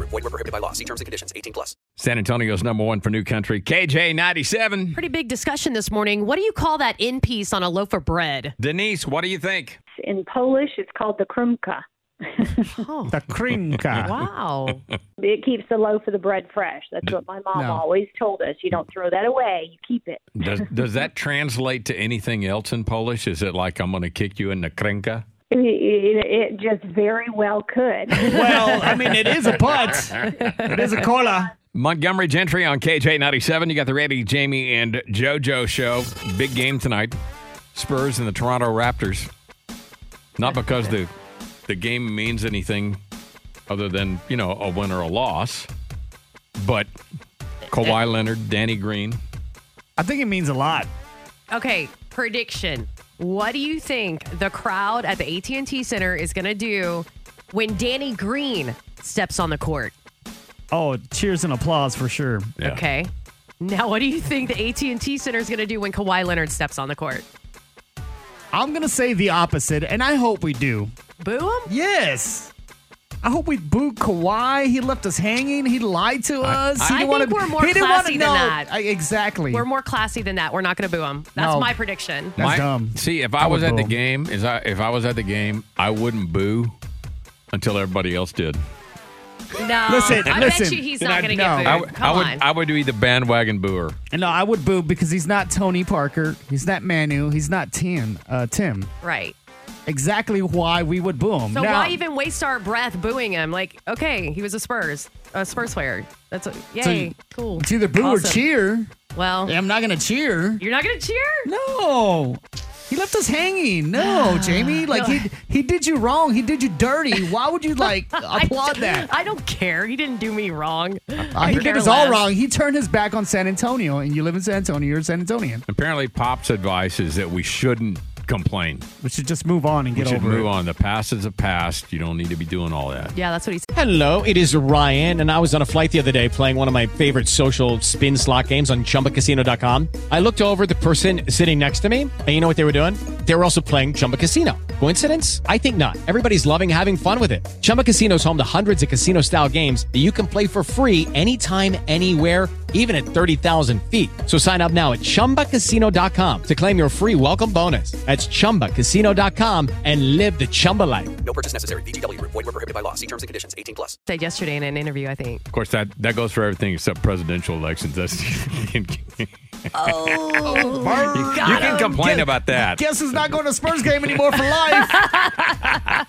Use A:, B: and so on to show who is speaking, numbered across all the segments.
A: Void were prohibited by law. See terms and conditions. 18 plus.
B: San Antonio's number one for new country, KJ97.
C: Pretty big discussion this morning. What do you call that in piece on a loaf of bread?
B: Denise, what do you think?
D: In Polish, it's called the krumka.
C: Oh,
E: The krinka.
C: wow.
D: It keeps the loaf of the bread fresh. That's what my mom
E: No.
D: always told us. You don't throw that away. You keep it.
B: Does, does that translate to anything else in Polish? Is it like I'm going to kick you in the krinka?
D: It, it, it just very well could.
E: well, I mean, it is a putt. It is a cola.
B: Montgomery Gentry on KJ97. You got the Randy, Jamie, and JoJo show. Big game tonight. Spurs and the Toronto Raptors. Not because the the game means anything other than, you know, a win or a loss, but Kawhi Leonard, Danny Green.
E: I think it means a lot.
C: Okay, prediction. What do you think the crowd at the AT&T Center is going to do when Danny Green steps on the court?
E: Oh, cheers and applause for sure.
B: Yeah.
C: Okay. Now, what do you think the AT&T Center is going to do when Kawhi Leonard steps on the court?
E: I'm going to say the opposite, and I hope we do.
C: Boo him?
E: Yes. I hope we booed Kawhi. He left us hanging. He lied to us. He
C: I
E: didn't wanna-
C: think we're more
E: he didn't wanna
C: classy than
E: know.
C: that.
E: I- exactly.
C: We're more classy than that. We're not going to boo him. That's
E: No.
C: my prediction.
E: That's
B: My-
E: dumb.
B: See, if I,
E: I would
B: was at the
E: boo.
B: game, is I if I was at the game, I wouldn't boo until everybody else did.
C: No.
E: Listen,
C: I bet
E: listen.
C: you he's not going to
E: No.
C: get booed.
B: I would-
C: Come
B: I would
C: on.
B: I would be the bandwagon booer.
E: And no, I would boo because he's not Tony Parker. He's not Manu. He's not Tim. Uh, Tim.
C: right.
E: Exactly why we would boo him.
C: So
E: Now-
C: why even waste our breath booing him? Like, okay, he was a Spurs, a Spurs player. That's a, yay, cool.
E: It's either boo or
C: Awesome.
E: cheer.
C: Well,
E: I'm not going to cheer.
C: you're not gonna cheer.
E: No. He left us hanging. No, Jamie. Like he he did you wrong. He did you dirty. Why would you like applaud
C: I,
E: that?
C: I don't care. He didn't do me wrong.
E: Uh, he did
C: care
E: us all
C: less.
E: wrong. He turned his back on San Antonio, and you live in San Antonio. You're a San Antonian.
B: Apparently, Pop's advice is that we shouldn't complain.
E: We should just move on and
B: We
E: get
B: should
E: over
B: move
E: it.
B: on. The past is a past. You don't need to be doing all that.
C: Yeah, that's what he said.
F: Hello, it is Ryan, and I was on a flight the other day playing one of my favorite social spin slot games on chumbacasino.com. I looked over at the person sitting next to me, and you know what they were doing? They were also playing Chumba Casino. Coincidence? I think not. Everybody's loving having fun with it. Chumba Casino is home to hundreds of casino style games that you can play for free anytime, anywhere, even at 30,000 feet. So sign up now at chumbacasino.com to claim your free welcome bonus. That's chumbacasino.com and live the Chumba life.
A: No purchase necessary. BGW. Void were prohibited by law. See terms and conditions. 18 plus.
C: Said yesterday in an interview, I think.
B: Of course, that, that goes for everything except presidential elections. That's you
C: Oh,
B: can complain about that.
E: Guess who's not going to Spurs game anymore for life?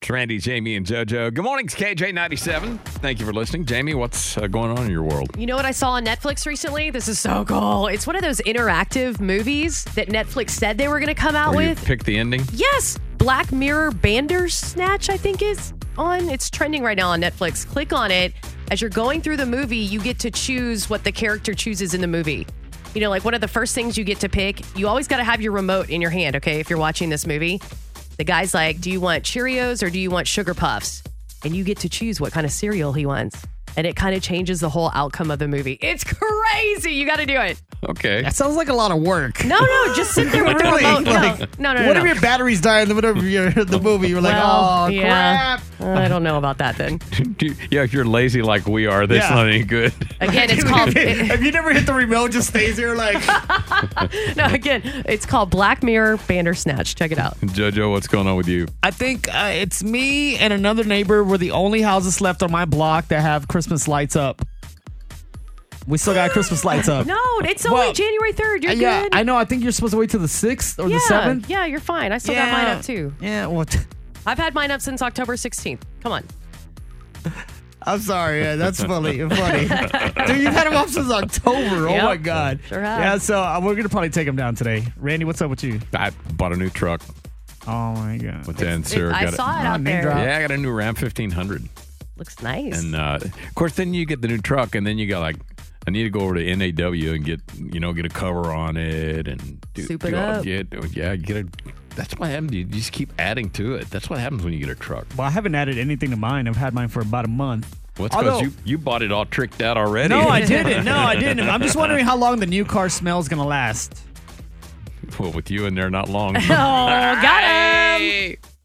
B: It's Randy, Jamie, and JoJo. Good morning, it's KJ97. Thank you for listening. Jamie, what's uh, going on in your world?
C: You know what I saw on Netflix recently? This is so cool. It's one of those interactive movies that Netflix said they were gonna come out
B: Will you
C: with.
B: pick the ending?
C: Yes, Black Mirror Bandersnatch, I think is on. It's trending right now on Netflix. Click on it. As you're going through the movie, you get to choose what the character chooses in the movie. You know, like one of the first things you get to pick, you always got to have your remote in your hand, okay, if you're watching this movie. The guy's like, Do you want Cheerios or do you want Sugar Puffs? And you get to choose what kind of cereal he wants. And it kind of changes the whole outcome of the movie. It's crazy. You got to do it.
B: Okay.
E: That sounds like a lot of work.
C: No, no, just sit there with the
E: Really?
C: remote. No,
E: Like,
C: no, no, no.
E: what
C: no.
E: if your batteries die in the middle of your, the movie? You're like,
C: Well,
E: oh
C: yeah.
E: crap.
C: Uh, I don't know about that then.
B: Do you- yeah, if you're lazy like we are, that's
E: Yeah.
B: not any good.
C: Again, it's called it-
E: Have you never hit the remote? Just stays there like.
C: no. Again, it's called Black Mirror Bandersnatch. Check it out.
B: JoJo, what's going on with you?
E: I think uh, it's me and another neighbor. We're the only houses left on my block that have Christmas lights up. We still got Christmas lights up.
C: No, it's only
E: Well, uh,
C: January third. You're
E: yeah,
C: good.
E: I know. I think you're supposed to wait till the sixth or
C: yeah,
E: the seventh.
C: yeah, you're fine. I still got mine up too.
E: Yeah. What?
C: I've had mine up since October 16th. Come on.
E: I'm sorry. Yeah, that's funny. Funny. Dude, you've had them up since October.
C: Yep.
E: oh my god.
C: Sure have.
E: yeah. So uh, we're gonna probably take them down today. Randy, what's up with you?
B: I bought a new truck
E: Oh my god.
B: with Dan
C: It-
B: Sir.
C: I saw it
E: Ah,
C: out
E: name
C: there.
E: drop.
B: Yeah, I got a new Ram 1500.
C: Looks nice.
B: And uh, of course, then you get the new truck, and then you got like, I need to go over to NAW and get you know get a cover on it and do,
C: Soup it
B: do all-
C: up.
B: Get, yeah, get a. That's what happens. You just keep adding to it. That's what happens when you get a truck.
G: Well, I haven't added anything to mine. I've had mine for about a month.
B: What's
E: Although-
B: because you you bought it all tricked out already?
E: No, I didn't. No, I didn't. I'm just wondering how long the new car smell is going to last.
B: well, with you in there, not long.
C: oh, got him.